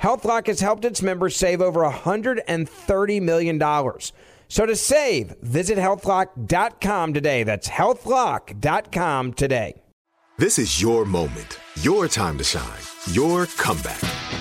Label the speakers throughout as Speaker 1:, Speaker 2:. Speaker 1: HealthLock has helped its members save over $130 million. So to save, visit healthlock.com today. That's healthlock.com today.
Speaker 2: This is your moment, your time to shine, your comeback.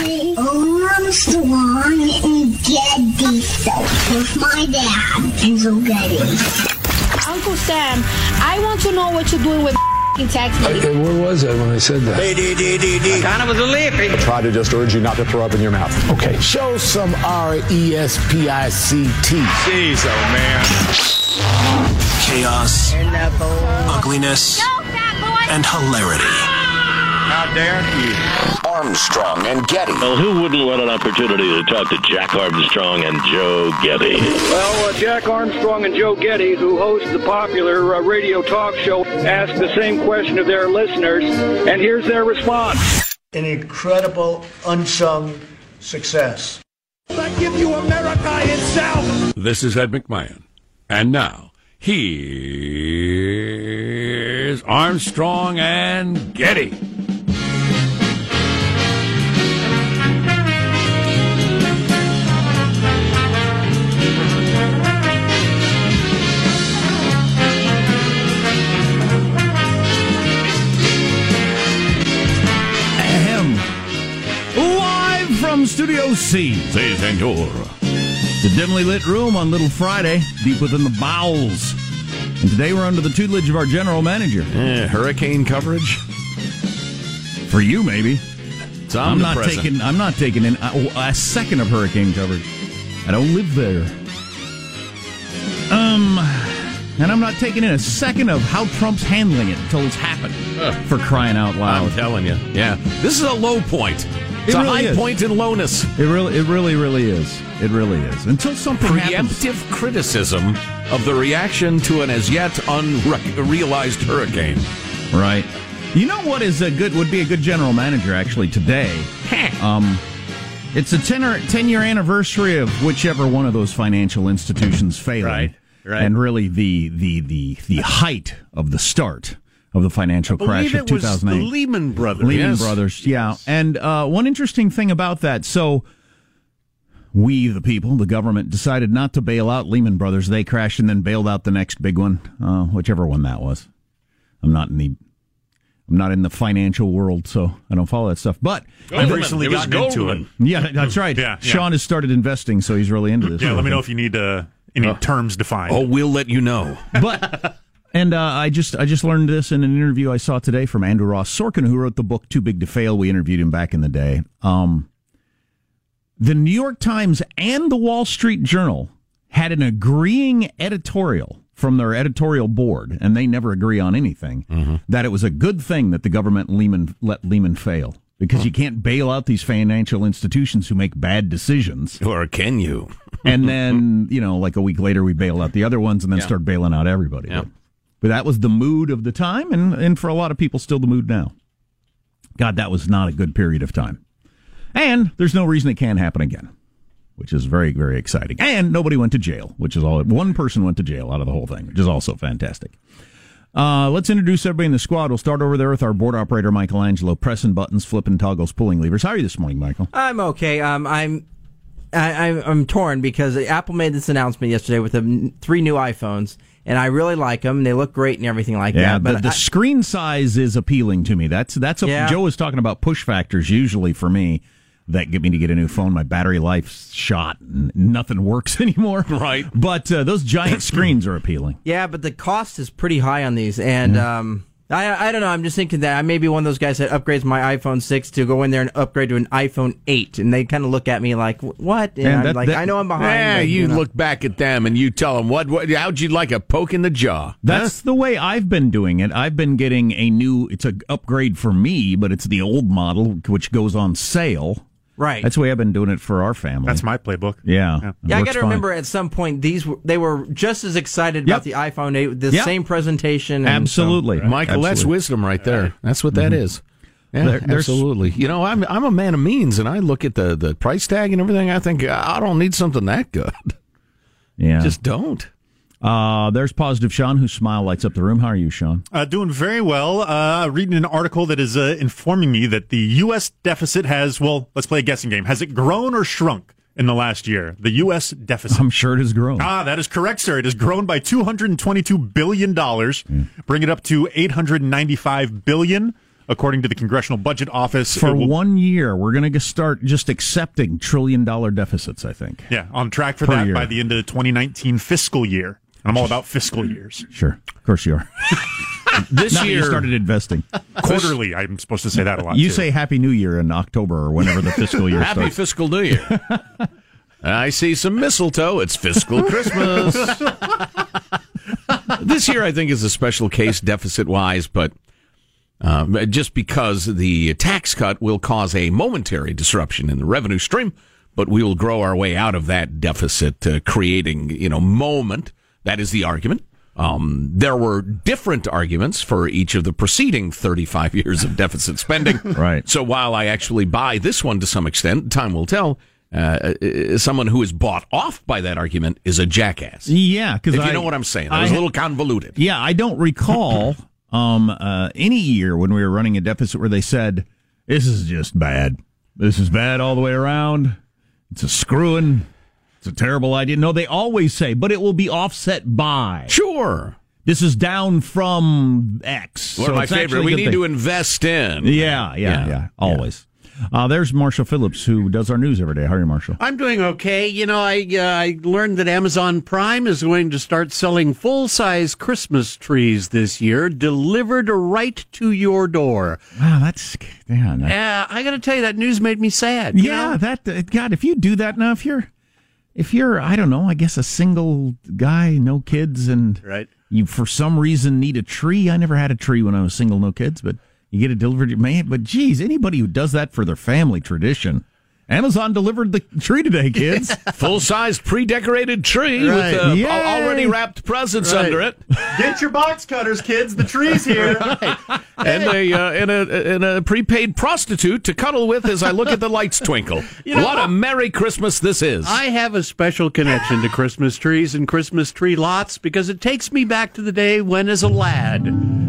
Speaker 3: I runs the lawn and get the soap with my dad and go get it.
Speaker 4: Uncle Sam, I want to know what you're doing with in Texas.
Speaker 5: And where was I when I said that?
Speaker 6: Kind of was a lippy.
Speaker 7: Try to just urge you not to throw up in your mouth.
Speaker 5: Okay. Show some R E S P I C T.
Speaker 8: Jeez, oh man.
Speaker 9: Chaos, ugliness, and hilarity.
Speaker 8: How dare you?
Speaker 9: Armstrong and Getty.
Speaker 10: Well, who wouldn't want an opportunity to talk to Jack Armstrong and Joe Getty?
Speaker 11: Well, uh, Jack Armstrong and Joe Getty, who host the popular uh, radio talk show, ask the same question of their listeners, and here's their response.
Speaker 12: An incredible unsung success.
Speaker 13: I give you America itself.
Speaker 14: This is Ed McMahon. And now, here's Armstrong and Getty.
Speaker 15: Live from Studio C.
Speaker 14: Si, senor.
Speaker 15: The dimly lit room on Little Friday, deep within the bowels. And today we're under the tutelage of our general manager.
Speaker 14: Eh, hurricane coverage?
Speaker 15: For you, maybe.
Speaker 14: So
Speaker 15: I'm not
Speaker 14: depressing.
Speaker 15: taking. I'm not taking in a, a second of hurricane coverage. I don't live there. Um, and I'm not taking in a second of how Trump's handling it until it's happened. For crying out
Speaker 14: I'm
Speaker 15: loud!
Speaker 14: telling you. Yeah. This is a low point. It's a
Speaker 15: really
Speaker 14: high
Speaker 15: is.
Speaker 14: point in lowness.
Speaker 15: It really, it really, really is. It really is. Until something happens.
Speaker 14: Preemptive criticism of the reaction to an as yet unrealized hurricane.
Speaker 15: Right. You know what is a good would be a good general manager actually today. um, it's a 10 or 10 year anniversary of whichever one of those financial institutions failing.
Speaker 16: Right, right.
Speaker 15: And really the the the the height of the start of the financial crash
Speaker 14: Believe
Speaker 15: of
Speaker 14: it was the
Speaker 15: 2008.
Speaker 14: Lehman Brothers.
Speaker 15: Lehman
Speaker 14: yes.
Speaker 15: Brothers, yeah. And uh, one interesting thing about that, so we, the people, the government, decided not to bail out Lehman Brothers. They crashed and then bailed out the next big one, uh, whichever one that was. I'm not in the I'm not in the financial world, so I don't follow that stuff. But
Speaker 16: I've recently gotten into it.
Speaker 15: Yeah, that's right.
Speaker 16: Yeah, yeah.
Speaker 15: Sean has started investing, so he's really into this.
Speaker 16: Yeah,
Speaker 15: sort
Speaker 16: let
Speaker 15: of
Speaker 16: me know
Speaker 15: thing.
Speaker 16: if you need uh, any terms defined.
Speaker 14: Oh, we'll let you know.
Speaker 15: but and uh, I just I just learned this in an interview I saw today from Andrew Ross Sorkin, who wrote the book Too Big to Fail. We interviewed him back in the day. Um, the New York Times and the Wall Street Journal had an agreeing editorial from their editorial board, and they never agree on anything.
Speaker 14: Mm-hmm.
Speaker 15: That it was a good thing that the government Lehman let Lehman fail because
Speaker 14: Mm.
Speaker 15: you can't bail out these financial institutions who make bad decisions.
Speaker 14: Or can you?
Speaker 15: and then you know, like a week later, we bail out the other ones, and then
Speaker 14: Yeah.
Speaker 15: start bailing out everybody.
Speaker 14: Yeah.
Speaker 15: But, but that was the mood of the time, and and for a lot of people, still the mood now. God, that was not a good period of time, and there's no reason it can't happen again, which is very very exciting. And nobody went to jail, which is all. One person went to jail out of the whole thing, which is also fantastic. Uh, let's introduce everybody in the squad. We'll start over there with our board operator, Michelangelo, pressing buttons, flipping toggles, pulling levers. How are you this morning, Michael?
Speaker 17: I'm okay. Um, I'm. I, I'm I'm torn because Apple made this announcement yesterday with the n- three new iPhones, and I really like them. They look great and everything like
Speaker 15: Yeah,
Speaker 17: that.
Speaker 15: but
Speaker 17: But
Speaker 15: the, the
Speaker 17: I-
Speaker 15: screen size is appealing to me. That's that's a,
Speaker 17: Yeah.
Speaker 15: Joe was talking about push factors usually for me that get me to get a new phone. My battery life's shot, and nothing works anymore. Right, but uh, those giant screens are appealing.
Speaker 17: yeah, but the cost is pretty high on these, and um, I I don't know. I'm just thinking that I may be one of those guys that upgrades my iPhone six to go in there and upgrade to an iPhone eight, and they kind of look at me like, "Wh- "What?" And, I'm like, "I know I'm behind."
Speaker 14: Yeah,
Speaker 17: but,
Speaker 14: you,
Speaker 17: know.
Speaker 14: look back at them and you tell them what, what how'd you like a poke in the jaw?
Speaker 15: That's the way I've been doing it. I've been getting a new. It's an upgrade for me, but it's the old model which goes on sale.
Speaker 17: Right.
Speaker 15: That's the way I've been doing it for our family.
Speaker 16: That's my playbook.
Speaker 15: yeah.
Speaker 14: Mm-hmm.
Speaker 15: it
Speaker 17: Yeah, I
Speaker 15: works
Speaker 17: got to
Speaker 15: fine.
Speaker 17: remember at some point these were, they were just as excited about the iPhone 8 with the
Speaker 15: Yep.
Speaker 17: same presentation. And
Speaker 15: Absolutely.
Speaker 17: so-
Speaker 14: Michael, that's wisdom right there. That's what that
Speaker 15: Mhm.
Speaker 14: is. Yeah,
Speaker 15: There- there's-
Speaker 14: absolutely. You know, I'm I'm a man of means, and I look at the, the price tag and everything. I think I don't need something that good.
Speaker 15: Yeah.
Speaker 14: Just don't.
Speaker 15: Uh, there's positive Sean, whose smile lights up the room. How are you, Sean?
Speaker 16: Uh, doing very well. Uh, reading an article that is uh, informing me that the U.S. deficit has, well, let's play a guessing game. Has it grown or shrunk in the last year? The U.S. deficit.
Speaker 15: I'm sure it has grown.
Speaker 16: Ah, that is correct, sir. It has grown by $222 billion,
Speaker 15: Hmm.
Speaker 16: bring it up to $895 billion, according to the Congressional Budget Office.
Speaker 15: for
Speaker 16: It will-
Speaker 15: one year we're going to start just accepting trillion dollar deficits i think
Speaker 16: Yeah, on track for
Speaker 15: Per
Speaker 16: that
Speaker 15: year.
Speaker 16: by the end of the 2019 fiscal year. And I'm all about fiscal years.
Speaker 15: sure of course you are
Speaker 14: This
Speaker 15: Not that
Speaker 14: year-
Speaker 15: you started investing
Speaker 16: Quarterly, I'm supposed to say that a lot.
Speaker 15: you
Speaker 16: too.
Speaker 15: say happy new year in october or whenever the fiscal year
Speaker 14: Happy
Speaker 15: starts
Speaker 14: fiscal New Year. I see some mistletoe. It's fiscal Christmas. this year, I think, is a special case deficit wise, but uh, just because the tax cut will cause a momentary disruption in the revenue stream, but we will grow our way out of that deficit, uh, creating, you know, moment. That is the argument. Um, there were different arguments for each of the preceding 35 years of deficit spending.
Speaker 15: Right.
Speaker 14: So while I actually buy this one to some extent, time will tell. Uh, uh, someone who is bought off by that argument is a jackass.
Speaker 15: yeah because
Speaker 14: If you know what I'm saying, that was a little convoluted.
Speaker 15: yeah i don't recall um uh any year when we were running a deficit where they said this is just bad this is bad all the way around it's a screwing it's a terrible idea no they always say but it will be offset by
Speaker 14: Sure.
Speaker 15: this is down from X.
Speaker 14: One
Speaker 15: so
Speaker 14: of my
Speaker 15: it's actually
Speaker 14: favorite.
Speaker 15: a
Speaker 14: We
Speaker 15: good
Speaker 14: need
Speaker 15: thing.
Speaker 14: to invest in.
Speaker 15: Yeah, yeah, yeah. Always. Uh, there's Marshall Phillips, who does our news every day. How are you, Marshall?
Speaker 18: I'm doing okay. You know, I uh, I learned that Amazon Prime is going to start selling full size Christmas trees this year, delivered right to your door.
Speaker 15: Wow, that's yeah. that-
Speaker 18: Uh, I got to tell you, that news made me sad. you
Speaker 15: yeah, that uh, God. If you do that now, if you're, if you're, I don't know, I guess a single guy, no kids, and
Speaker 18: Right.
Speaker 15: you for some reason need a tree. I never had a tree when I was single, no kids, but you get it delivered, man. But geez, anybody who does that for their family tradition. Amazon delivered the tree today, kids.
Speaker 14: Full sized pre decorated tree
Speaker 15: Right.
Speaker 14: with uh,
Speaker 15: Yay.
Speaker 14: al- already wrapped presents
Speaker 18: Right.
Speaker 14: under it.
Speaker 16: Get your box cutters, kids. The tree's here.
Speaker 14: and a uh, and a and a prepaid prostitute to cuddle with as I look at the lights twinkle. what a merry Christmas this is!
Speaker 18: I have a special connection to Christmas trees and Christmas tree lots because it takes me back to the day when, as a lad,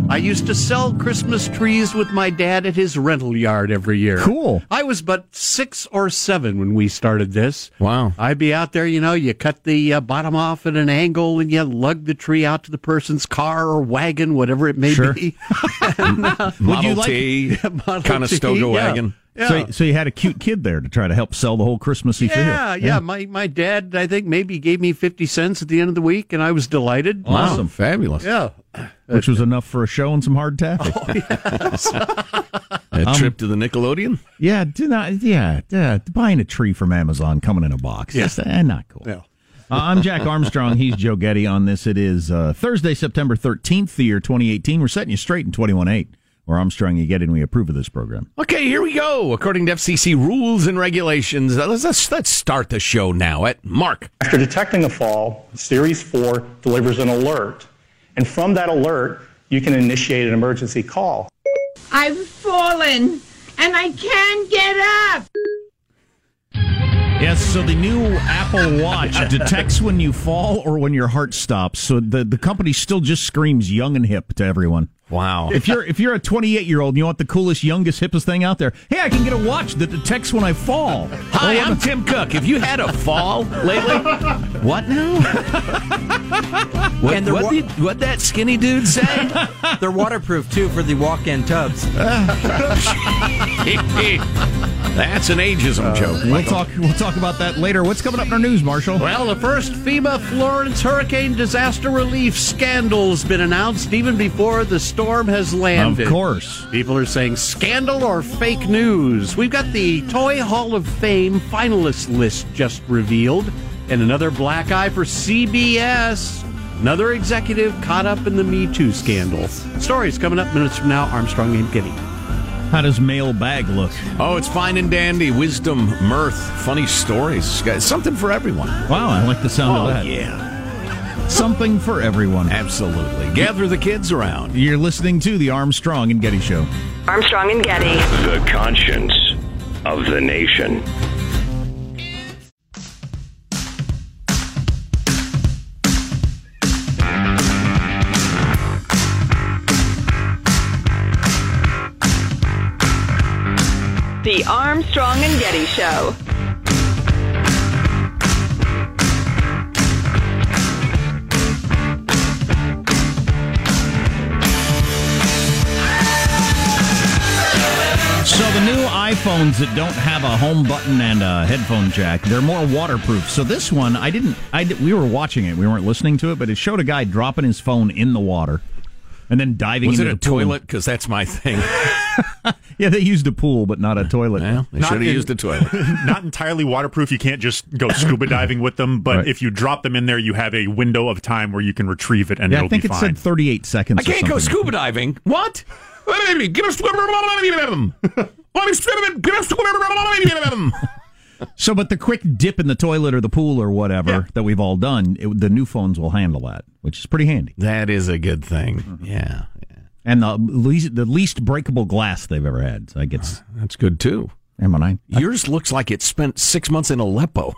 Speaker 18: I used to sell Christmas trees with my dad at his rental yard every year.
Speaker 15: Cool.
Speaker 18: I was but six or seven when we started this.
Speaker 14: Wow.
Speaker 18: I'd be out there, you know, you cut the uh, bottom off at an angle and you lug the tree out to the person's car or wagon, whatever it may
Speaker 15: Sure.
Speaker 18: be. uh,
Speaker 14: Model
Speaker 15: you like-
Speaker 14: T,
Speaker 18: Yeah, Model
Speaker 14: Conestoga
Speaker 18: T, yeah.
Speaker 14: wagon.
Speaker 15: So, so you had a cute kid there to try to help sell the whole Christmassy feel.
Speaker 18: Yeah, yeah, My my dad, I think maybe gave me fifty cents at the end of the week, and I was delighted.
Speaker 15: Awesome.
Speaker 14: Fabulous.
Speaker 18: Yeah. Oh,
Speaker 15: Which was enough for a show and some hard taffy.
Speaker 14: A
Speaker 15: Um,
Speaker 14: trip to the Nickelodeon?
Speaker 15: Yeah, do not. Yeah, yeah, buying a tree from Amazon coming in a box.
Speaker 14: Yeah.
Speaker 15: That's eh, not cool.
Speaker 18: Yeah.
Speaker 15: Uh, I'm Jack Armstrong. He's Joe Getty on this. It is uh, Thursday, September 13th, the year 2018. We're setting you straight in 21.8, where Armstrong you get and we approve of this program.
Speaker 14: Okay, here we go. According to FCC rules and regulations, uh, let's, let's, let's start the show now at Mark.
Speaker 19: After detecting a fall, Series 4 delivers an alert. And from that alert, you can initiate an emergency call.
Speaker 20: I've fallen and I can't get up.
Speaker 15: Yes, so the new Apple Watch detects when you fall or when your heart stops. So the, the company still just screams young and hip to everyone.
Speaker 14: Wow.
Speaker 15: If you're if you're a 28 year old and you want the coolest, youngest, hippest thing out there, hey, I can get a watch that detects when I fall.
Speaker 14: Hi, I'm Tim Cook. Have you had a fall lately?
Speaker 15: What now?
Speaker 14: What,
Speaker 17: And the
Speaker 14: what
Speaker 17: wa-
Speaker 14: did, what that skinny dude say?
Speaker 17: They're waterproof too for the walk-in tubs.
Speaker 14: That's an
Speaker 15: Uh,
Speaker 14: ageism joke.
Speaker 15: We'll
Speaker 14: Michael.
Speaker 15: talk. We'll talk about that later. What's coming up in our news, Marshall?
Speaker 18: Well, the first FEMA Florence hurricane disaster relief scandal's been announced even before the storm has landed.
Speaker 15: Of course.
Speaker 18: People are saying scandal or fake news. We've got the Toy Hall of Fame finalist list just revealed, and another black eye for CBS. Another executive caught up in the Me Too scandal. Stories coming up minutes from now. Armstrong and Getty.
Speaker 15: How does mailbag look?
Speaker 14: Oh, it's fine and dandy. Wisdom, mirth, funny stories. Got Something for everyone.
Speaker 15: Wow, I like the sound
Speaker 14: oh,
Speaker 15: of that.
Speaker 14: yeah.
Speaker 15: Something for everyone.
Speaker 14: Absolutely. Gather the kids around.
Speaker 15: You're listening to the Armstrong and Getty Show.
Speaker 21: Armstrong and Getty.
Speaker 10: The conscience of the nation.
Speaker 21: The Armstrong and Getty Show.
Speaker 15: So the new iPhones that don't have a home button and a headphone jack, they're more waterproof. So this one, I didn't. I di- we were watching it. We weren't listening to it, but it showed a guy dropping his phone in the water. And then diving
Speaker 14: Was it
Speaker 15: into
Speaker 14: a
Speaker 15: the pool.
Speaker 14: toilet? Because that's my thing.
Speaker 15: Yeah, they used a pool, but not a toilet.
Speaker 14: They should have used a toilet.
Speaker 16: Not entirely waterproof. You can't just go scuba diving with them, but
Speaker 15: Right.
Speaker 16: if you drop them in there, you have a window of time where you can retrieve it and
Speaker 15: yeah,
Speaker 16: it'll
Speaker 15: I think
Speaker 16: be
Speaker 15: it
Speaker 16: fine.
Speaker 15: said 38 seconds.
Speaker 14: I can't go scuba diving. What? Let me get a swimmer. Let me swim. Get a swimmer. Let me
Speaker 15: So, but the quick dip in the toilet or the pool or whatever that we've all done, it, the new phones will handle that, which is pretty handy.
Speaker 14: That is a good thing.
Speaker 15: Mm-hmm.
Speaker 14: Yeah,
Speaker 15: And the least, the least breakable glass they've ever had. So I guess,
Speaker 14: that's good too.
Speaker 15: am I?
Speaker 14: Yours looks like it spent six months in Aleppo.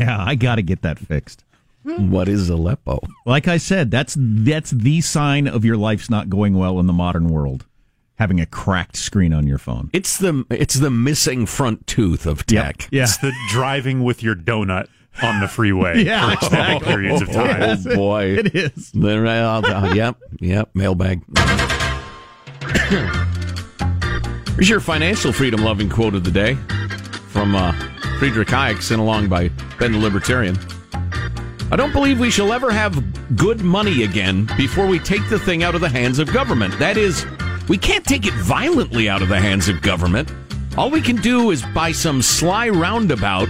Speaker 15: yeah, I got to get that fixed.
Speaker 14: what is Aleppo?
Speaker 15: Like I said, that's that's the sign of your life's not going well in the modern world. Having a cracked screen on your phone.
Speaker 14: It's the it's the missing front tooth of tech.
Speaker 15: Yeah.
Speaker 16: It's the driving with your donut on the freeway
Speaker 15: Yeah,
Speaker 16: for extended
Speaker 15: exactly.
Speaker 16: periods of time.
Speaker 15: Yes,
Speaker 14: oh boy,
Speaker 15: it is.
Speaker 14: Then right out- uh, yep, yep. Mailbag. Here's your financial freedom loving quote of the day from uh, Friedrich Hayek, sent along by Ben the Libertarian. I don't believe we shall ever have good money again before we take the thing out of the hands of government. That is, we can't take it violently out of the hands of government. All we can do is by some sly roundabout,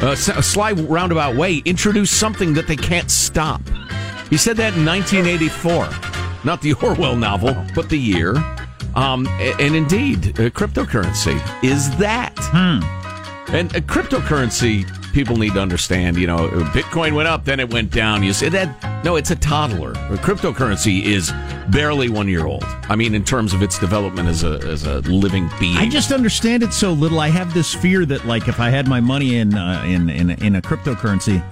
Speaker 14: uh, s- a sly roundabout way, introduce something that they can't stop. He said that in 1984, not the Orwell novel, but the year. Um, a- and indeed, uh, cryptocurrency is that.
Speaker 15: Hmm.
Speaker 14: And uh, cryptocurrency, people need to understand. You know, uh, Bitcoin went up, then it went down. You say that? No, it's a toddler. Uh, Cryptocurrency is barely one year old. I mean, in terms of its development as a as a living being.
Speaker 15: I just understand it so little. I have this fear that, like, if I had my money in uh, in, in in a cryptocurrency,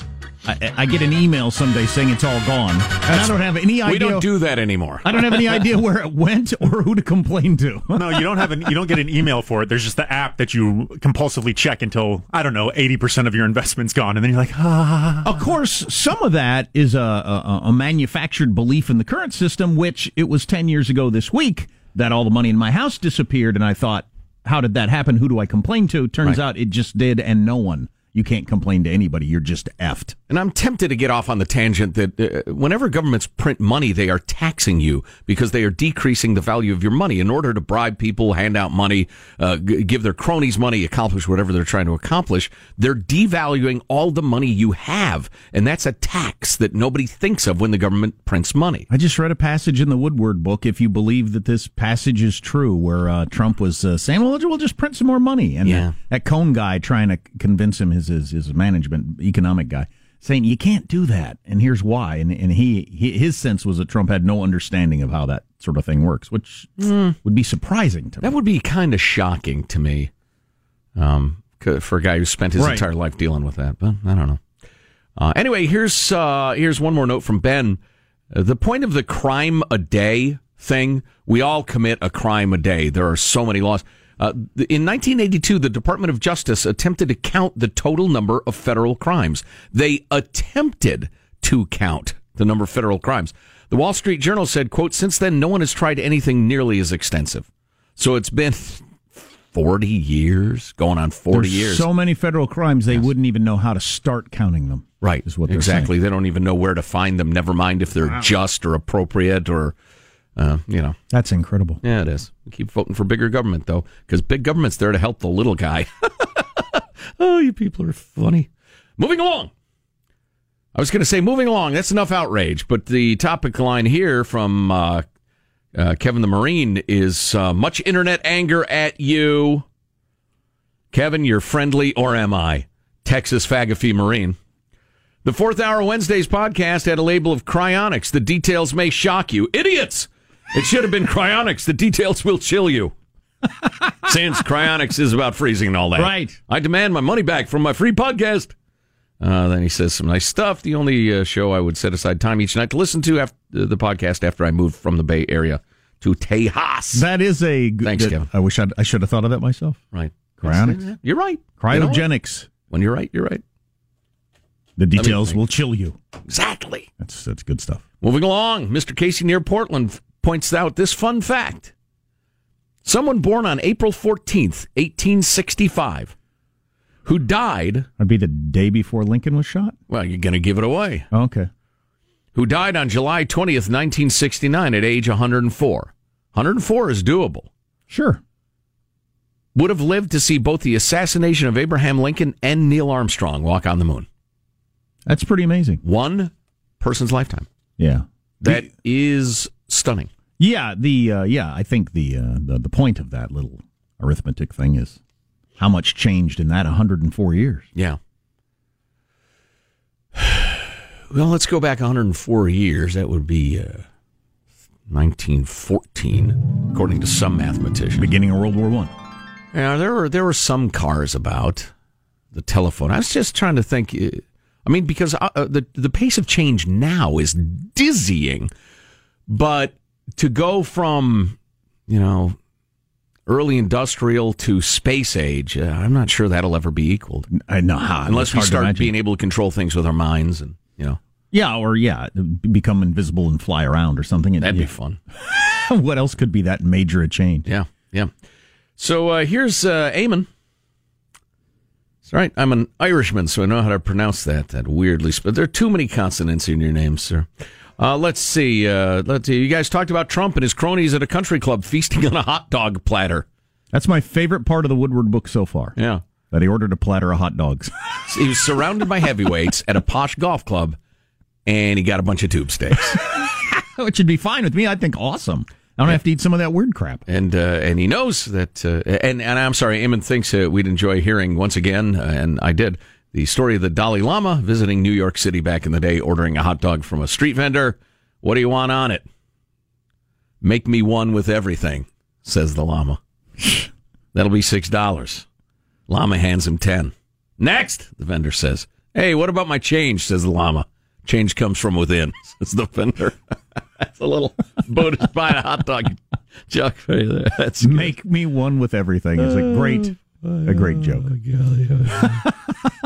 Speaker 15: I, I get an email someday saying it's all gone, and I don't have any idea.
Speaker 14: We don't do that anymore.
Speaker 15: I don't have any idea where it went or who to complain to.
Speaker 16: no, you don't have an, you don't get an email for it. There's just the app that you compulsively check until I don't know eighty percent of your investment's gone, and then you're like, ah.
Speaker 15: Of course, some of that is a, a, a manufactured belief in the current system, which it was ten years ago this week that all the money in my house disappeared, and I thought, how did that happen? Who do I complain to? Turns
Speaker 14: Right.
Speaker 15: out it just did, and no one. You can't complain to anybody. You're just effed.
Speaker 14: And I'm tempted to get off on the tangent that uh, whenever governments print money, they are taxing you because they are decreasing the value of your money in order to bribe people, hand out money, uh, g- give their cronies money, accomplish whatever they're trying to accomplish. They're devaluing all the money you have. And that's a tax that nobody thinks of when the government prints money.
Speaker 15: I just read a passage in the Woodward book, if you believe that this passage is true, where uh, Trump was uh, saying, well, we'll just print some more money. And
Speaker 14: Yeah.
Speaker 15: that Cohn guy trying to convince him, his, his, his management economic guy, saying, you can't do that. And here's why. And, and he, he his sense was that Trump had no understanding of how that sort of thing works, which would be surprising to me.
Speaker 14: Hmm. That would be kind of shocking to me um, c- for a guy who spent his
Speaker 15: Right.
Speaker 14: entire life dealing with that. But I don't know. Uh, anyway, here's uh, here's one more note from Ben. Uh, the point of the crime a day thing. We all commit a crime a day. There are so many laws. Uh, th- in 1982, the Department of Justice attempted to count the total number of federal crimes. They attempted to count the number of federal crimes. The Wall Street Journal said, "quote Since then, no one has tried anything nearly as extensive. So it's been 40 years, going on 40
Speaker 15: There's
Speaker 14: years.
Speaker 15: So many federal crimes, they wouldn't even know how to start counting them.
Speaker 14: Right.
Speaker 15: Is what they're
Speaker 14: exactly. They don't even know where to find them. Never mind if they're just or appropriate or, uh, you know.
Speaker 15: That's incredible.
Speaker 14: Yeah, it is. We keep voting for bigger government though, because big government's there to help the little guy. oh, you people are funny. Moving along. I was going to say moving along. That's enough outrage. But the topic line here from uh, uh, Kevin the Marine is uh, much internet anger at you. Kevin, you're friendly, or am I? Texas Fagafee Marine. The fourth hour Wednesday's podcast had a label of cryonics. The details may shock you. Idiots! It should have been cryonics. The details will chill you. Since cryonics is about freezing and all that.
Speaker 15: Right.
Speaker 14: I demand my money back from my free podcast. Uh, then he says some nice stuff. The only uh, show I would set aside time each night to listen to after the podcast after I moved from the Bay Area to Tejas.
Speaker 15: That is a good.
Speaker 14: Thanks,
Speaker 15: that-
Speaker 14: Kevin.
Speaker 15: I wish I'd, I should have thought of that myself.
Speaker 14: Right.
Speaker 15: Cryonics.
Speaker 14: You're right.
Speaker 15: Cryogenics.
Speaker 14: When you're right, you're right.
Speaker 15: The
Speaker 14: me
Speaker 15: details
Speaker 14: think.
Speaker 15: will chill you.
Speaker 14: Exactly.
Speaker 15: That's that's good stuff.
Speaker 14: Moving along, Mr. Casey near Portland f- points out this fun fact. Someone born on April 14th, 1865, who died,
Speaker 15: That'd be the day before Lincoln was shot.
Speaker 14: well, you're going to give it away,
Speaker 15: Oh, okay.
Speaker 14: who died on July 20th, 1969 at age 104. 104 is doable.
Speaker 15: Sure.
Speaker 14: Would have lived to see both the assassination of Abraham Lincoln and Neil Armstrong walk on the moon.
Speaker 15: That's pretty amazing.
Speaker 14: One person's lifetime.
Speaker 15: Yeah.
Speaker 14: That is stunning.
Speaker 15: Yeah. The uh, yeah. I think the, uh, the the point of that little arithmetic thing is how much changed in that 104 years.
Speaker 14: Yeah. Well, let's go back 104 years. That would be uh, 1914, according to some mathematician.
Speaker 15: Beginning of World War One.
Speaker 14: Yeah, there were there were some cars about the telephone. I was just trying to think. uh, I mean, because uh, uh, the the pace of change now is dizzying, but to go from you know early industrial to space age, uh, I'm not sure that'll ever be equaled
Speaker 15: I know how.
Speaker 14: unless
Speaker 15: it's
Speaker 14: we
Speaker 15: hard to
Speaker 14: start
Speaker 15: imagine.
Speaker 14: being able to control things with our minds and you know
Speaker 15: Yeah, or yeah, become invisible and fly around or something.
Speaker 14: that'd
Speaker 15: yeah.
Speaker 14: be fun
Speaker 15: what else could be that major a change?
Speaker 14: yeah yeah so uh, here's uh, Eamon. It's all right. I'm an Irishman, so I know how to pronounce that. That weirdly, but there are too many consonants in your name, sir. Uh, let's see. Uh, let's see. You guys talked about Trump and his cronies at a country club feasting on a hot dog platter.
Speaker 15: That's my favorite part of the Woodward book so far.
Speaker 14: Yeah,
Speaker 15: That he ordered a platter of hot dogs.
Speaker 14: he was surrounded by heavyweights at a posh golf club, and he got a bunch of tube steaks.
Speaker 15: Which should be fine with me. I think awesome. I don't have to eat some of that weird crap.
Speaker 14: and uh, and he knows that. Uh, and and I'm sorry, Eamon thinks uh, we'd enjoy hearing once again, uh, and I did the story of the Dalai Lama visiting New York City back in the day, ordering a hot dog from a street vendor. What do you want on it? Make me one with everything, says the Lama. That'll be six dollars. Lama hands him ten. Next, the vendor says, Hey, what about my change? Says the llama. Change comes from within. Says the vendor. That's a little Buddhist buying a hot dog joke right there. That's good.
Speaker 15: make me one with everything. It's a great, a great joke.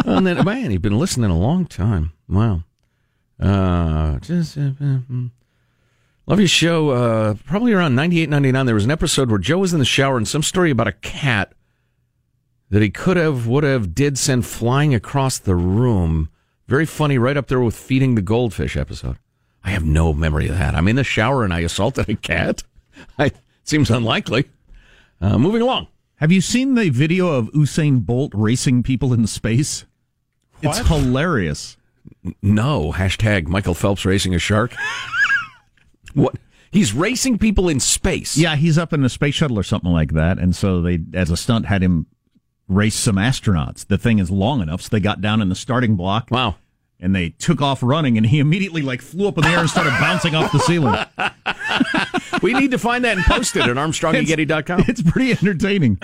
Speaker 14: and then man, you've been listening a long time. Wow. Uh, just uh, mm. love your show. Uh, probably around ninety eight, ninety nine. There was an episode where Joe was in the shower and some story about a cat that he could have, would have, did send flying across the room. Very funny, right up there with feeding the goldfish episode. I have no memory of that. I'm in the shower and I assaulted a cat. I, it seems unlikely. Uh, moving along.
Speaker 15: Have you seen the video of Usain Bolt racing people in space?
Speaker 14: What?
Speaker 15: It's hilarious.
Speaker 14: No. Hashtag Michael Phelps racing a shark. what? He's racing people in space.
Speaker 15: Yeah, he's up in a space shuttle or something like that, and so they, as a stunt, had him race some astronauts. The thing is long enough, so they got down in the starting block.
Speaker 14: Wow.
Speaker 15: And they took off running, and he immediately like flew up in the air and started bouncing off the ceiling.
Speaker 14: we need to find that and post it at armstrongandgetty.com.
Speaker 15: It's pretty entertaining.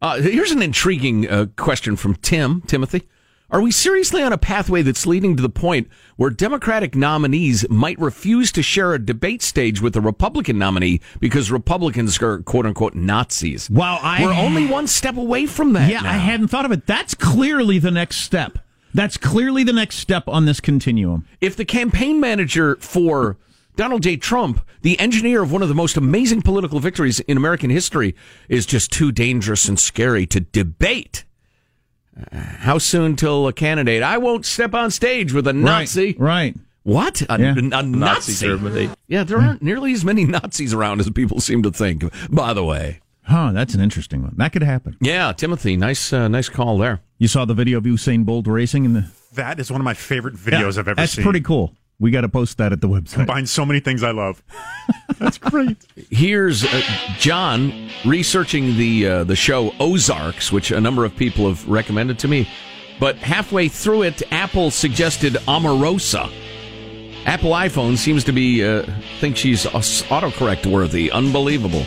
Speaker 14: uh, here's an intriguing uh, question from Tim, Timothy. Are we seriously on a pathway that's leading to the point where Democratic nominees might refuse to share a debate stage with a Republican nominee because Republicans are quote unquote Nazis?
Speaker 15: Wow, I
Speaker 14: we're only one step away from that.
Speaker 15: Yeah,
Speaker 14: now.
Speaker 15: I hadn't thought of it. That's clearly the next step. That's clearly the next step on this continuum.
Speaker 14: If the campaign manager for Donald J. Trump, the engineer of one of the most amazing political victories in American history, is just too dangerous and scary to debate. Uh, how soon till a candidate? I won't step on stage with a Nazi.
Speaker 15: Right. right.
Speaker 14: What? A,
Speaker 15: Yeah.
Speaker 14: a Nazi?
Speaker 22: Nazi Germany.
Speaker 14: Yeah, there aren't nearly as many Nazis around as people seem to think. By the way,
Speaker 15: Huh, that's an interesting one. That could happen.
Speaker 14: yeah, Timothy, nice, uh, nice call there.
Speaker 15: You saw the video of Usain Bolt racing in the
Speaker 16: That is one of my favorite videos
Speaker 15: Yeah,
Speaker 16: I've ever
Speaker 15: That's
Speaker 16: seen.
Speaker 15: pretty cool. We got to post that at the website.
Speaker 16: Combines so many things I love. That's great.
Speaker 14: Here's uh, John researching the uh, the show Ozarks, which a number of people have recommended to me. But halfway through it, Apple suggested Omarosa. Apple iPhone seems to be uh, think she's aus- autocorrect worthy. Unbelievable.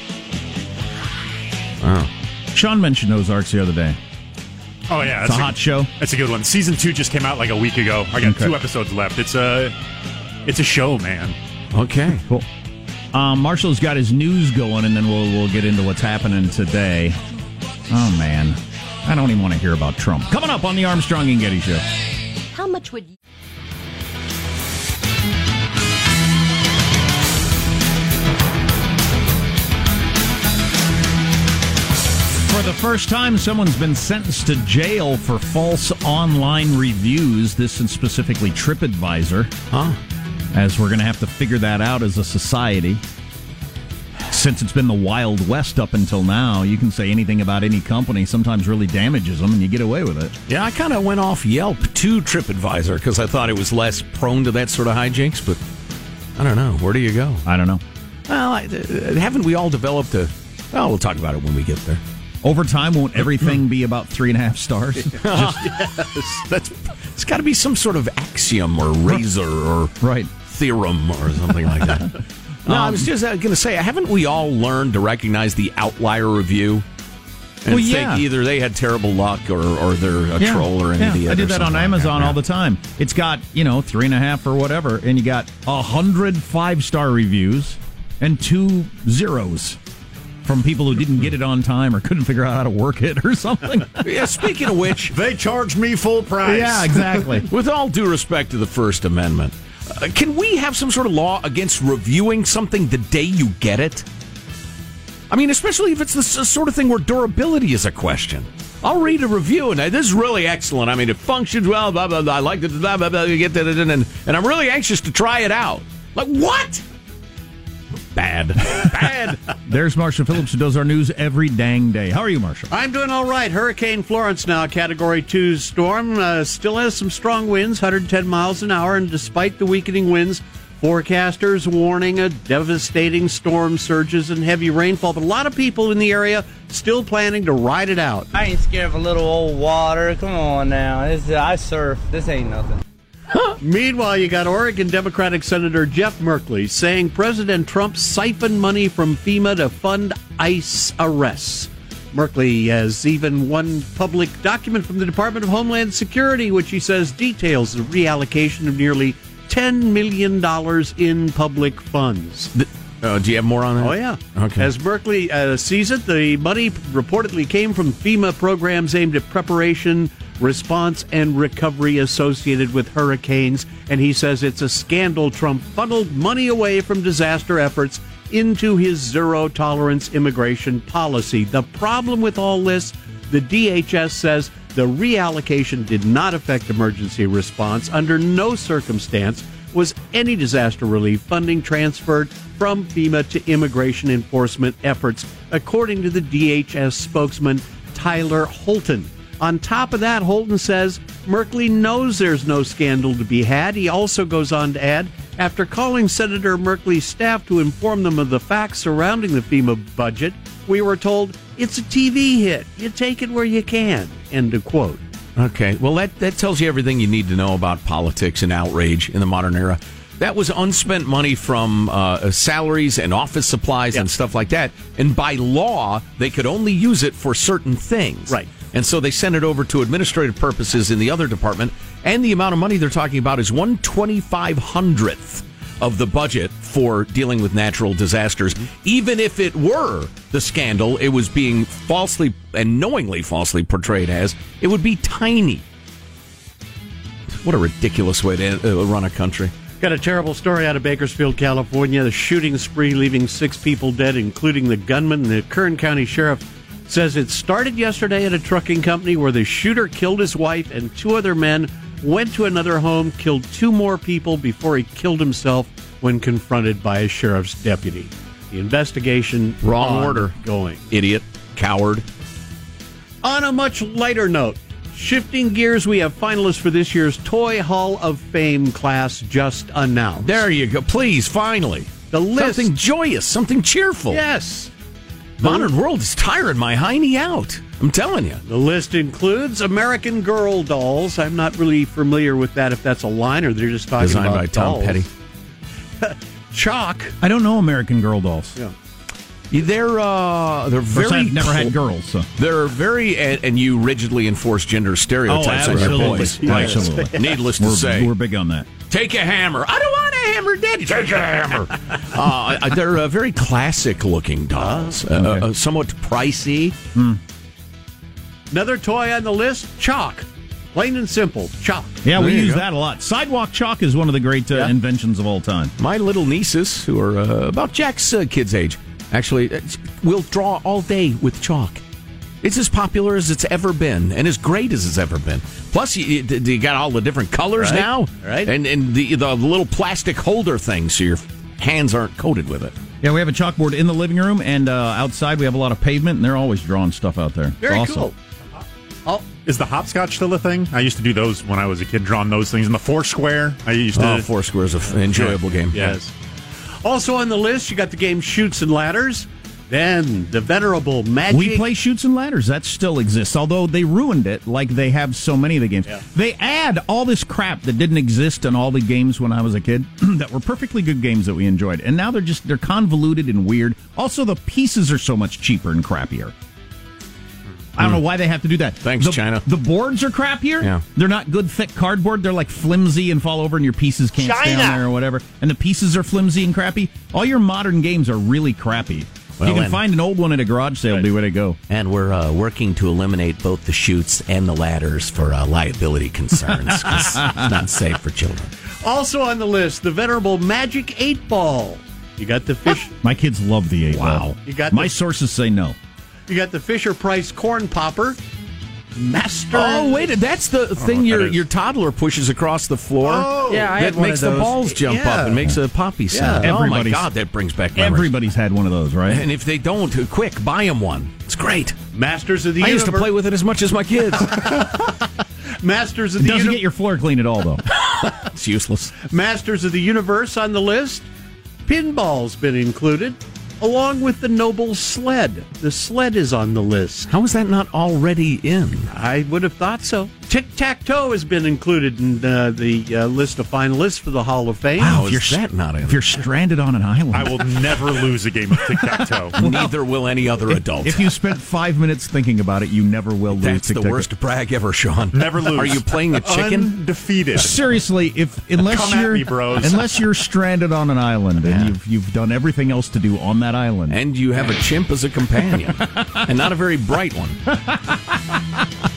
Speaker 14: Wow.
Speaker 15: Sean mentioned Ozarks the other day.
Speaker 16: Oh yeah,
Speaker 15: It's a hot show.
Speaker 16: That's a good one. Season two just came out like a week ago. I got
Speaker 15: Okay.
Speaker 16: two episodes left. It's a, it's a show, man.
Speaker 14: Okay.
Speaker 15: Cool. Um, Marshall's got his news going, and then we'll we'll get into what's happening today. Oh man, I don't even want to hear about Trump. Coming up on the Armstrong and Getty Show.
Speaker 23: How much would you?
Speaker 15: For the first time, someone's been sentenced to jail for false online reviews. This is specifically TripAdvisor. Huh. As we're going to have to figure that out as a society. Since it's been the Wild West up until now, you can say anything about any company, sometimes really damages them, and you get away with it.
Speaker 14: Yeah, I kind of went off Yelp to TripAdvisor because I thought it was less prone to that sort of hijinks. But I don't know. Where do you go?
Speaker 15: I don't know.
Speaker 14: Well, I, uh, haven't we all developed a? Well, we'll talk about it when we get there.
Speaker 15: Over time, won't everything be about three and a half stars? Just
Speaker 14: yes, that's it's got to be some sort of axiom or razor or
Speaker 15: right
Speaker 14: theorem or something like that. no, I was just going to say, haven't we all learned to recognize the outlier review? And
Speaker 15: Well,
Speaker 14: think
Speaker 15: yeah.
Speaker 14: either they had terrible luck or, or they're a
Speaker 15: Yeah,
Speaker 14: troll or an
Speaker 15: yeah.
Speaker 14: idiot.
Speaker 15: I
Speaker 14: or
Speaker 15: do that on
Speaker 14: something like
Speaker 15: Amazon
Speaker 14: yeah.
Speaker 15: all the time. It's got you know three and a half or whatever, and you got a hundred five star reviews and two zeros from people who didn't get it on time or couldn't figure out how to work it or something.
Speaker 14: yeah, speaking of which,
Speaker 16: they charge me full price.
Speaker 15: Yeah, exactly.
Speaker 14: with all due respect to the First Amendment, uh, can we have some sort of law against reviewing something the day you get it? I mean, especially if it's the s- sort of thing where durability is a question. I'll read a review and I, this is really excellent. I mean, it functions well. Blah blah. blah I like it. Blah blah blah. You get that, and, and and I'm really anxious to try it out. Like what? Bad, bad.
Speaker 15: There's Marshall Phillips who does our news every dang day. How are you, Marshall?
Speaker 18: I'm doing all right. Hurricane Florence now, Category 2 storm, uh, still has some strong winds, 110 miles an hour, and despite the weakening winds, forecasters warning a devastating storm surges and heavy rainfall. But a lot of people in the area still planning to ride it out.
Speaker 1: I ain't scared of a little old water. Come on now. This, I surf. This ain't nothing.
Speaker 18: Meanwhile, you got Oregon Democratic Senator Jeff Merkley saying President Trump siphoned money from FEMA to fund ICE arrests. Merkley has even one public document from the Department of Homeland Security, which he says details the reallocation of nearly $10 million in public funds.
Speaker 14: The, uh, do you have more on that?
Speaker 18: Oh, yeah. Okay. As Berkeley uh, sees it, the money reportedly came from FEMA programs aimed at preparation, response, and recovery associated with hurricanes. And he says it's a scandal. Trump funneled money away from disaster efforts into his zero tolerance immigration policy. The problem with all this, the DHS says the reallocation did not affect emergency response. Under no circumstance was any disaster relief funding transferred from FEMA to immigration enforcement efforts, according to the DHS spokesman Tyler Holton. On top of that, Holton says Merkley knows there's no scandal to be had. He also goes on to add after calling Senator Merkley's staff to inform them of the facts surrounding the FEMA budget, we were told it's a TV hit. You take it where you can. End of quote.
Speaker 14: Okay, well, that, that tells you everything you need to know about politics and outrage in the modern era. That was unspent money from uh, salaries and office supplies yeah. and stuff like that. And by law, they could only use it for certain things.
Speaker 18: Right.
Speaker 14: And so they sent it over to administrative purposes in the other department. And the amount of money they're talking about is 125 hundredth of the budget for dealing with natural disasters. Even if it were the scandal it was being falsely and knowingly falsely portrayed as, it would be tiny. What a ridiculous way to uh, run a country.
Speaker 18: Got a terrible story out of Bakersfield, California. The shooting spree leaving six people dead, including the gunman. The Kern County Sheriff says it started yesterday at a trucking company where the shooter killed his wife and two other men, went to another home, killed two more people before he killed himself when confronted by a sheriff's deputy. The investigation
Speaker 14: wrong order
Speaker 18: going.
Speaker 14: Idiot, coward.
Speaker 18: On a much lighter note, shifting gears, we have finalists for this year's Toy Hall of Fame class just announced.
Speaker 14: There you go. Please, finally.
Speaker 18: The list.
Speaker 14: Something joyous, something cheerful.
Speaker 18: Yes.
Speaker 14: Modern World is tiring my hiney out. I'm telling you.
Speaker 18: The list includes American Girl dolls. I'm not really familiar with that if that's a line or they're just talking
Speaker 14: Designed
Speaker 18: about
Speaker 14: by
Speaker 18: dolls.
Speaker 14: Tom Petty.
Speaker 18: Chalk.
Speaker 15: I don't know American Girl dolls.
Speaker 18: Yeah.
Speaker 14: They're uh, they're very.
Speaker 15: I've never had girls. So.
Speaker 14: They're very and, and you rigidly enforce gender stereotypes
Speaker 15: oh,
Speaker 14: on your
Speaker 15: boys. Yes. Absolutely.
Speaker 14: Yes. Needless to
Speaker 15: we're,
Speaker 14: say,
Speaker 15: we're big on that.
Speaker 14: Take a hammer. I don't want a hammer, Daddy. Take a hammer. uh, they're uh, very classic looking
Speaker 15: Ah,
Speaker 14: dolls, uh, okay. somewhat pricey.
Speaker 15: Mm.
Speaker 18: Another toy on the list: chalk. Plain and simple, chalk.
Speaker 15: Yeah, there we use go. that a lot. Sidewalk chalk is one of the great yeah. inventions of all time.
Speaker 14: My little nieces, who are uh, about Jack's kid's age, actually uh, will draw all day with chalk. It's as popular as it's ever been, and as great as it's ever been. Plus, you, you got all the different colors
Speaker 18: right.
Speaker 14: now,
Speaker 18: right?
Speaker 14: And and the the little plastic holder thing, so your hands aren't coated with it.
Speaker 15: Yeah, we have a chalkboard in the living room, and uh, outside we have a lot of pavement, and they're always drawing stuff out there.
Speaker 18: Very
Speaker 15: awesome.
Speaker 18: cool.
Speaker 16: Oh, is the hopscotch still a thing? I used to do those when I was a kid, drawing those things in the foursquare. I used to.
Speaker 14: Oh, foursquare is an enjoyable game.
Speaker 16: Yes.
Speaker 18: Also on the list, you got the game Shoots and Ladders. Then the venerable Magic.
Speaker 15: We play Shoots and Ladders. That still exists, although they ruined it like they have so many of the games.
Speaker 18: Yeah.
Speaker 15: They add all this crap that didn't exist in all the games when I was a kid that were perfectly good games that we enjoyed. And now they're just, they're convoluted and weird. Also, the pieces are so much cheaper and crappier. I don't know why they have to do that.
Speaker 14: Thanks,
Speaker 15: the,
Speaker 14: China.
Speaker 15: The boards are crappier.
Speaker 14: Yeah.
Speaker 15: They're not good thick cardboard. They're like flimsy and fall over, and your pieces can't
Speaker 18: China.
Speaker 15: stay on there or whatever. And the pieces are flimsy and crappy. All your modern games are really crappy.
Speaker 14: Well,
Speaker 15: you can
Speaker 14: and-
Speaker 15: find an old one at a garage sale. Right. Be where to go.
Speaker 14: And we're uh, working to eliminate both the chutes and the ladders for uh, liability concerns. 'cause it's not safe for children.
Speaker 18: Also on the list, the venerable Magic Eight Ball. You got the fish.
Speaker 15: My kids love the eight
Speaker 18: Wow.
Speaker 15: ball.
Speaker 18: You got
Speaker 15: my
Speaker 18: the-
Speaker 15: sources say no.
Speaker 18: You got the Fisher Price Corn Popper. Master.
Speaker 14: Oh wait, that's the thing
Speaker 16: what
Speaker 14: your
Speaker 16: that is.
Speaker 14: your toddler pushes across the floor.
Speaker 18: Oh.
Speaker 17: Yeah, I had
Speaker 14: that
Speaker 17: one
Speaker 14: makes
Speaker 17: of
Speaker 14: the
Speaker 17: those.
Speaker 14: balls jump
Speaker 18: Yeah.
Speaker 14: up and makes a poppy sound. Oh my
Speaker 15: Everybody's-
Speaker 14: god, that brings back memories.
Speaker 15: Everybody's had one of those, right?
Speaker 14: And if they don't, quick, buy them one. It's great.
Speaker 18: Masters of the
Speaker 14: I
Speaker 18: Universe.
Speaker 14: used to play with it as much as my kids.
Speaker 18: Masters of
Speaker 15: it
Speaker 18: the
Speaker 15: doesn't
Speaker 18: Universe.
Speaker 15: get your floor clean at all, though.
Speaker 14: it's useless.
Speaker 18: Masters of the Universe on the list. Pinball's been included, along with the Noble Sled. The sled is on the list.
Speaker 14: How is that not already in?
Speaker 18: I would have thought so. Tic Tac Toe has been included in uh, the uh, list of finalists for the Hall of Fame.
Speaker 15: Wow, if you're, st- if you're stranded on an island,
Speaker 16: I will never lose a game of tic tac toe.
Speaker 14: well, Neither will any other
Speaker 15: if,
Speaker 14: adult.
Speaker 15: If you spent five minutes thinking about it, you never will lose.
Speaker 14: That's the
Speaker 15: tic-tac-toe.
Speaker 14: worst brag ever, Sean.
Speaker 16: Never lose.
Speaker 14: Are you playing a chicken?
Speaker 16: Undefeated.
Speaker 15: Seriously, if unless
Speaker 16: Come at
Speaker 15: you're
Speaker 16: me, bros.
Speaker 15: unless you're stranded on an island and you've you've done everything else to do on that island,
Speaker 14: and you have a chimp as a companion, and not a very bright one.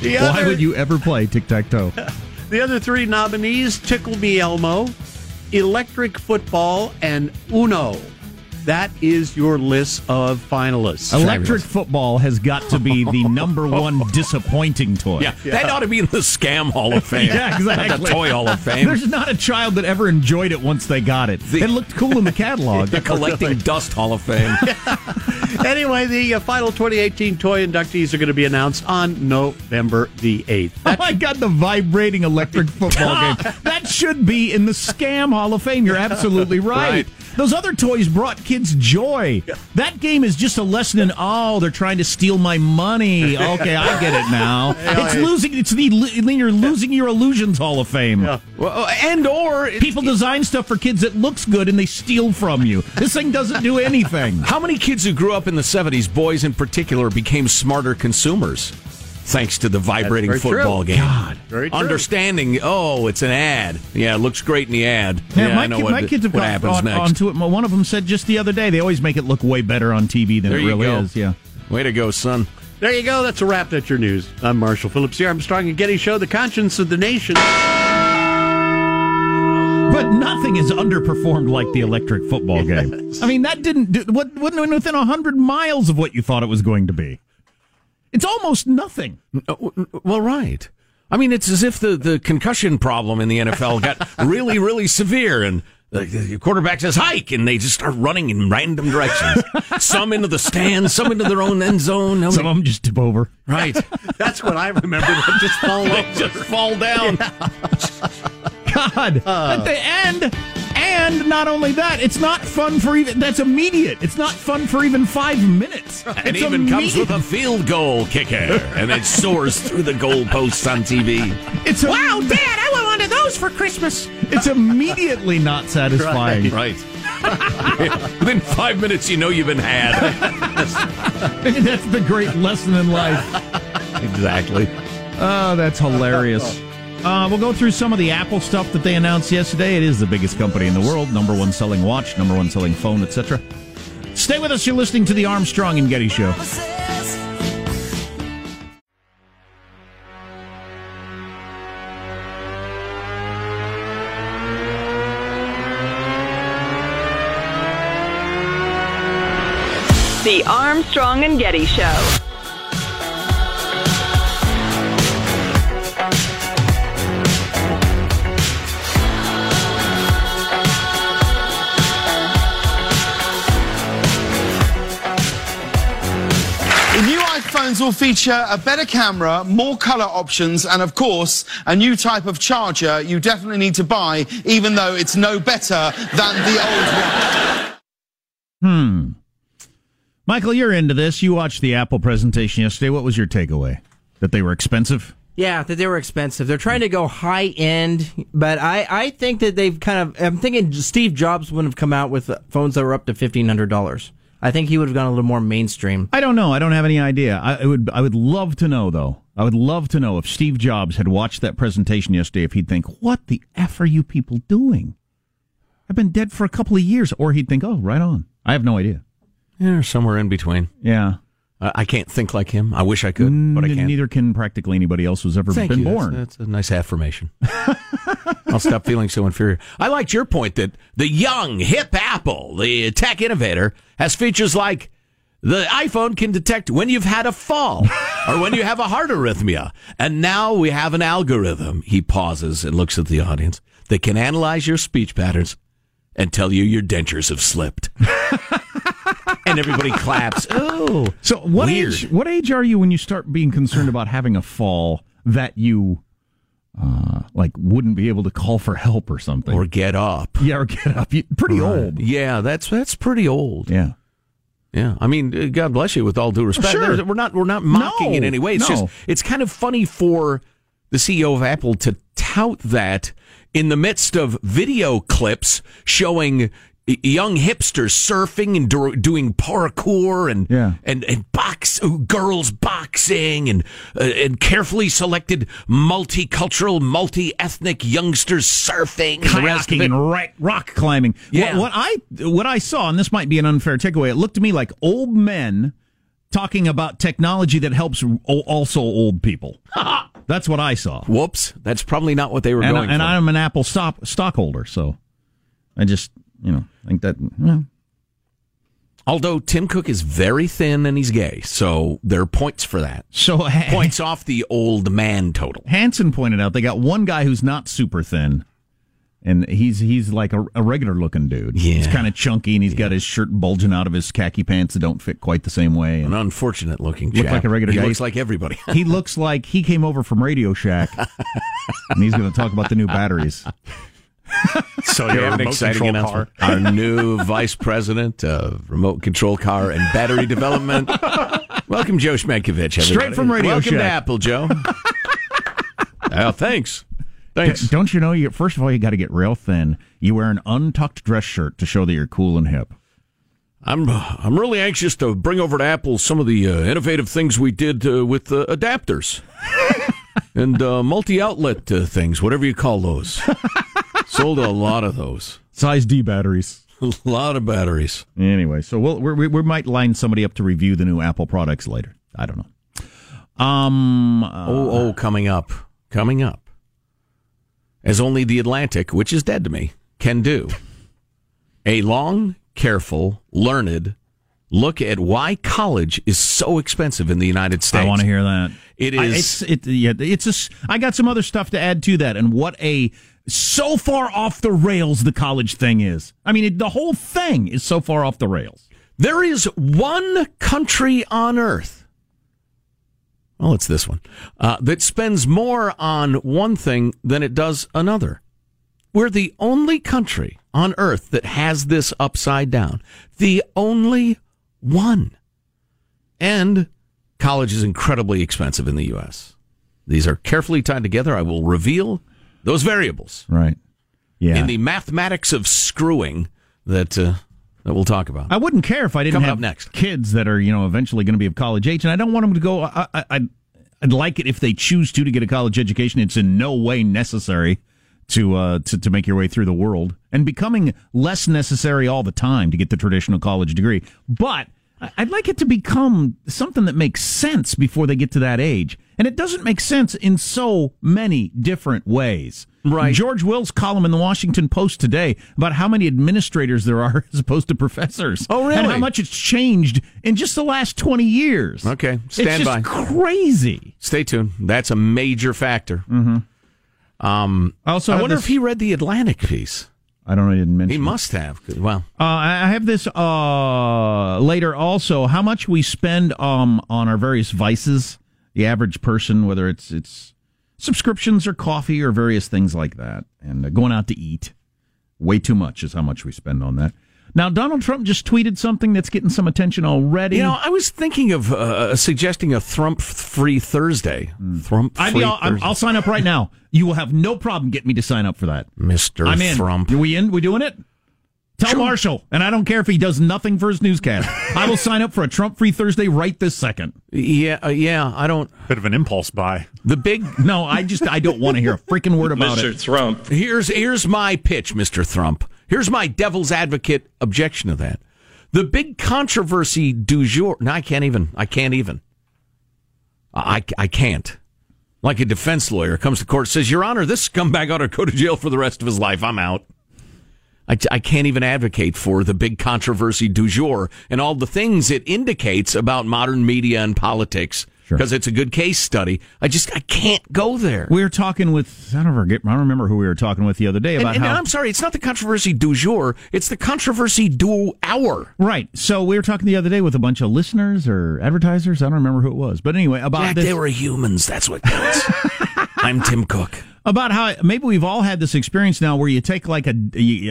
Speaker 16: The
Speaker 15: why
Speaker 16: other-
Speaker 15: would you ever play tic tac toe?
Speaker 18: The other three nominees Tickle Me Elmo, Electric Football, and Uno. That is your list of finalists.
Speaker 15: Electric football has got to be the number one disappointing toy.
Speaker 14: Yeah, that ought to be in the scam Hall of Fame.
Speaker 15: yeah, exactly.
Speaker 14: Not the toy Hall of Fame.
Speaker 15: There's not a child that ever enjoyed it once they got it. it looked cool in the catalog.
Speaker 14: the collecting dust Hall of Fame.
Speaker 18: anyway, the uh, final 2018 toy inductees are going to be announced on November the 8th.
Speaker 15: Oh my God, the vibrating electric football game. That should be in the Scam Hall of Fame. You're absolutely right.
Speaker 18: Right.
Speaker 15: Those other toys brought kids joy. That game is just a lesson in, oh, they're trying to steal my money. Okay, I get it now. It's losing, it's the, you're losing your illusions Hall of Fame.
Speaker 14: Well, uh, and or
Speaker 15: people design stuff for kids that looks good and they steal from you. This thing doesn't do anything.
Speaker 14: How many kids who grew up in the 70s, boys in particular, became smarter consumers thanks to the vibrating
Speaker 18: very
Speaker 14: football
Speaker 18: true.
Speaker 14: game?
Speaker 18: God. Very true.
Speaker 14: Understanding, oh, it's an ad. Yeah, it looks great in the ad.
Speaker 15: Yeah, my,
Speaker 14: I know
Speaker 15: kid-
Speaker 14: what,
Speaker 15: my kids have
Speaker 14: what
Speaker 15: got
Speaker 14: happens
Speaker 15: on,
Speaker 14: next.
Speaker 15: onto it. One of them said just the other day, they always make it look way better on TV than
Speaker 14: there
Speaker 15: it
Speaker 14: you
Speaker 15: really
Speaker 14: go.
Speaker 15: is. Yeah.
Speaker 14: Way to go, son.
Speaker 18: There you go. That's a wrap. That's your news. I'm Marshall Phillips here. I'm Strong and Getty Show, the conscience of the nation.
Speaker 15: But nothing is underperformed like the electric football game. I mean, that didn't do, what, wasn't within 100 miles of what you thought it was going to be. It's almost nothing.
Speaker 14: uh, Well, right. I mean, it's as if the, the concussion problem in the NFL got really, really severe and the, the quarterback says hike and they just start running in random directions. some into the stands, some into their own end zone. Some
Speaker 15: of them just tip over.
Speaker 14: Right.
Speaker 18: That's what I remember. They just fall
Speaker 14: They
Speaker 18: over.
Speaker 14: just fall down.
Speaker 15: God.
Speaker 14: Uh.
Speaker 15: At the end, and not only that, it's not fun for even, that's immediate. It's not fun for even five minutes.
Speaker 14: And
Speaker 15: It's
Speaker 14: even comes
Speaker 15: immediate.
Speaker 14: with a field goal kicker, and it soars through the goalposts on TV.
Speaker 15: It's wow, Dad, I want one of those for Christmas. It's immediately not satisfying.
Speaker 14: Right. Within five minutes, you know you've been had.
Speaker 15: that's the great lesson in life.
Speaker 14: exactly.
Speaker 15: Oh, that's hilarious. Uh, we'll go through some of the Apple stuff that they announced yesterday. It is the biggest company in the world, number one selling watch, number one selling phone, etc. Stay with us. You're listening to the Armstrong and Getty Show.
Speaker 21: The Armstrong and Getty Show.
Speaker 22: The new iPhones will feature a better camera, more color options, and of course, a new type of charger you definitely need to buy, even though it's no better than the old one.
Speaker 15: Hmm. Michael, you're into this. You watched the Apple presentation yesterday. What was your takeaway? That they were expensive?
Speaker 17: Yeah, that they were expensive. They're trying to go high end, but I, I think that they've kind of. I'm thinking Steve Jobs wouldn't have come out with phones that were up to fifteen hundred dollars. I think he would have gone a little more mainstream.
Speaker 15: I don't know. I don't have any idea. I, I would. I would love to know though. I would love to know if Steve Jobs had watched that presentation yesterday, if he'd think, "What the f are you people doing? I've been dead for a couple of years," or he'd think, "Oh, right on." I have no idea.
Speaker 14: Yeah, or Eh, somewhere in between.
Speaker 15: Yeah.
Speaker 14: I I can't think like him. I wish I could, but I
Speaker 15: N-
Speaker 14: can't.
Speaker 15: Neither can practically anybody else who's ever
Speaker 14: Thank
Speaker 15: been
Speaker 14: you. That's-
Speaker 15: born.
Speaker 14: That's, a nice affirmation. I'll stop feeling so inferior. I liked your point that the young, hip Apple, the tech innovator, has features like the iPhone can detect when you've had a fall or when you have a heart arrhythmia. And now we have an algorithm. He pauses and looks at the audience that can analyze your speech patterns and tell you your dentures have slipped. and everybody claps. Oh.
Speaker 15: So what
Speaker 14: Weird.
Speaker 15: age? What age are you when you start being concerned about having a fall that you? Uh, like wouldn't be able to call for help or something,
Speaker 14: or get up.
Speaker 15: Yeah, or get up. You- Pretty
Speaker 14: Right.
Speaker 15: old.
Speaker 14: Yeah, that's that's pretty old.
Speaker 15: Yeah. Oh,
Speaker 14: Yeah, I mean, uh, God bless you. With all due respect,
Speaker 15: Sure.
Speaker 14: There's- we're not we're not mocking
Speaker 15: No,
Speaker 14: in any way. It's
Speaker 15: no.
Speaker 14: just it's kind of funny for the CEO of Apple to tout that in the midst of video clips showing young hipsters surfing and do- doing parkour and
Speaker 15: yeah.
Speaker 14: and and box ooh, girls boxing and uh, and carefully selected multicultural, multi-ethnic youngsters surfing, and the rest of
Speaker 15: kayaking
Speaker 14: it.
Speaker 15: and rock, rock climbing.
Speaker 14: Yeah.
Speaker 15: What, what I what I saw, and this might be an unfair takeaway, it looked to me like old men talking about technology that helps o- also old people. That's what I saw.
Speaker 14: Whoops, that's probably not what they were
Speaker 15: and
Speaker 14: going
Speaker 15: I, and
Speaker 14: for.
Speaker 15: I'm an Apple stock stockholder, so I just you know think that. yeah.
Speaker 14: Although Tim Cook is very thin and he's gay, so there are points for that.
Speaker 15: So
Speaker 14: points off the old man total.
Speaker 15: Hanson pointed out they got one guy who's not super thin, and he's he's like a, a regular looking dude.
Speaker 14: Yeah.
Speaker 15: He's kind of chunky, and he's got his shirt bulging out of his khaki pants that don't fit quite the same way.
Speaker 14: An unfortunate looking
Speaker 15: Looked
Speaker 14: chap.
Speaker 15: like a regular
Speaker 14: he
Speaker 15: guy.
Speaker 14: looks like everybody.
Speaker 15: he looks like he came over from Radio Shack, and he's going to talk about the new batteries.
Speaker 16: So you're a
Speaker 14: An
Speaker 16: remote
Speaker 14: exciting
Speaker 16: control
Speaker 14: announcement.
Speaker 16: car.
Speaker 14: Our new vice president of remote control car and battery development. Welcome, Joe Schmedkovich. Everybody.
Speaker 15: Straight from Radio
Speaker 14: Welcome to
Speaker 15: Shack.
Speaker 14: Apple, Joe. oh, thanks.
Speaker 15: D-
Speaker 14: Thanks.
Speaker 15: don't you know? You first of all, you got to get real thin. You wear an untucked dress shirt to show that you're cool and hip.
Speaker 14: I'm I'm really anxious to bring over to Apple some of the uh, innovative things we did uh, with uh, adapters and uh, multi-outlet uh, things, whatever you call those. Sold a lot of those.
Speaker 15: Size D batteries.
Speaker 14: A lot of batteries.
Speaker 15: Anyway, so we'll, we're, we we might line somebody up to review the new Apple products later. I don't know. Um. uh,
Speaker 14: oh, oh, coming up, coming up. As only the Atlantic, which is dead to me, can do. A long, careful, learned look at why college is so expensive in the United States.
Speaker 15: I want to hear that.
Speaker 14: It
Speaker 15: I-
Speaker 14: is-
Speaker 15: it's it, yeah, it's a s- I got some other stuff to add to that, and what a so far off the rails the college thing is. I mean, it, the whole thing is so far off the rails.
Speaker 14: There is one country on earth. Well, it's this one uh, that spends more on one thing than it does another. We're the only country on earth that has this upside down. The only one. And college is incredibly expensive in the U.S. These are carefully tied together. I will reveal those variables
Speaker 15: Right. Yeah.
Speaker 14: in the mathematics of screwing that, uh, that we'll talk about.
Speaker 15: I wouldn't care if I didn't
Speaker 14: Coming
Speaker 15: have
Speaker 14: up next.
Speaker 15: kids that are you know eventually going to be of college age, and I don't want them to go. I, I, I'd, I'd like it if they choose to to get a college education. It's in no way necessary to uh to, to make your way through the world and becoming less necessary all the time to get the traditional college degree. But I- I'd like it to become something that makes sense before they get to that age. And it doesn't make sense in so many different ways.
Speaker 14: Right.
Speaker 15: George Will's column in the Washington Post today about how many administrators there are as opposed to professors.
Speaker 14: Oh, really?
Speaker 15: And how much it's changed in just the last 20 years.
Speaker 14: Okay, stand
Speaker 15: it's
Speaker 14: by.
Speaker 15: just crazy.
Speaker 14: Stay tuned. That's a major factor. Um,
Speaker 15: I also
Speaker 14: I
Speaker 15: have
Speaker 14: wonder
Speaker 15: this-
Speaker 14: if he read the Atlantic piece.
Speaker 15: I don't know, I didn't mention
Speaker 14: He
Speaker 15: it.
Speaker 14: must have. 'cause- Well,
Speaker 15: Uh, I I have this uh, later also. How much we spend um, on our various vices, the average person, whether it's it's subscriptions or coffee or various things like that, and uh, going out to eat, way too much is how much we spend on that. Now, Donald Trump just tweeted something that's getting some attention already.
Speaker 14: you know, I was thinking of uh, suggesting a Thrump free Thursday. Thrump
Speaker 15: I'd be
Speaker 14: free
Speaker 15: all, I'm,
Speaker 14: Thursday.
Speaker 15: I'll sign up right now. You will have no problem getting me to sign up for that.
Speaker 14: Mr.
Speaker 15: I'm in.
Speaker 14: Thrump.
Speaker 15: Are we in? We doing it? Tell Marshall, and I don't care if he does nothing for his newscast. I will sign up for a Trump Free Thursday right this second.
Speaker 14: Yeah, uh, yeah. I don't.
Speaker 16: Bit of an impulse buy.
Speaker 14: The big.
Speaker 15: No, I just I don't want to hear a freaking word about it.
Speaker 8: Trump.
Speaker 14: Here's here's my pitch, Mr. Thrump. Here's my devil's advocate objection to that. The big controversy du jour. No, I can't even. I can't even. I, I can't. Like a defense lawyer comes to court and says, Your Honor, this scumbag ought to go to jail for the rest of his life. I'm out. I, I can't even advocate for the big controversy du jour and all the things it indicates about modern media and politics because it's a good case study. I just I can't go there.
Speaker 15: We were talking with I don't forget I don't remember who we were talking with the other day
Speaker 14: And,
Speaker 15: about
Speaker 14: and
Speaker 15: how
Speaker 14: I'm sorry, it's not the controversy du jour. It's the controversy du hour.
Speaker 15: right. So we were talking the other day with a bunch of listeners or advertisers. I don't remember who it was, but anyway about
Speaker 14: Jack,
Speaker 15: this.
Speaker 14: they were humans. That's what counts. I'm Tim Cook.
Speaker 15: about how maybe we've all had this experience now where you take like a,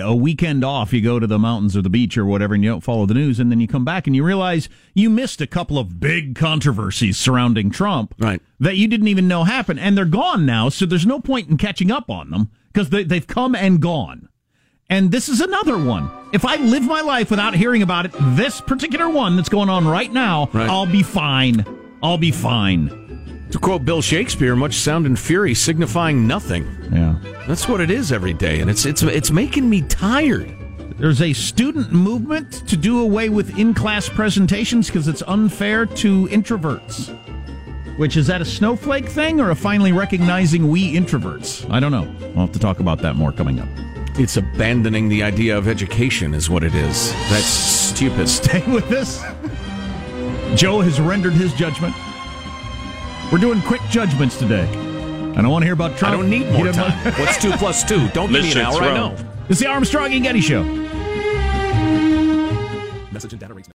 Speaker 15: a weekend off, you go to the mountains or the beach or whatever, and you don't follow the news, and then you come back and you realize you missed a couple of big controversies surrounding Trump
Speaker 14: right.
Speaker 15: that you didn't even know happened, and they're gone now, so there's no point in catching up on them because they, they've come and gone. And this is another one. If I live my life without hearing about it, this particular one that's going on right now,
Speaker 14: Right.
Speaker 15: I'll be fine. I'll be fine.
Speaker 14: To quote Bill Shakespeare, much sound and fury signifying nothing.
Speaker 15: Yeah.
Speaker 14: That's what it is every day, and it's it's it's making me tired.
Speaker 15: There's a student movement to do away with in class presentations because it's unfair to introverts. Which is that a snowflake thing or a finally recognizing we introverts? I don't know. We'll have to talk about that more coming up.
Speaker 14: It's abandoning the idea of education is what it is. That's stupid.
Speaker 15: Stay with us. Joe has rendered his judgment. We're doing quick judgments today. I don't want to hear about Trump.
Speaker 14: I don't need more
Speaker 15: You don't
Speaker 14: time.
Speaker 15: know-
Speaker 14: What's two plus two? Don't give me an
Speaker 15: Listen,
Speaker 14: hour. I
Speaker 15: throw.
Speaker 14: know.
Speaker 15: It's the Armstrong and Getty Show. Message and data rates.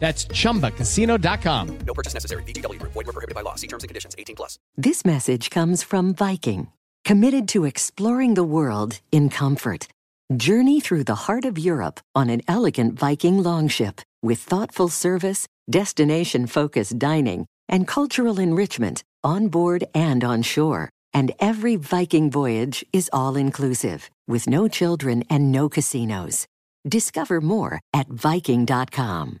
Speaker 3: That's chumbacasino.com.
Speaker 24: No purchase necessary. VGW Group. Void were prohibited by law. See terms and conditions. 18 plus.
Speaker 25: This message comes from Viking, committed to exploring the world in comfort. Journey through the heart of Europe on an elegant Viking longship with thoughtful service, destination focused dining, and cultural enrichment on board and on shore. And every Viking voyage is all inclusive with no children and no casinos. Discover more at Viking.com.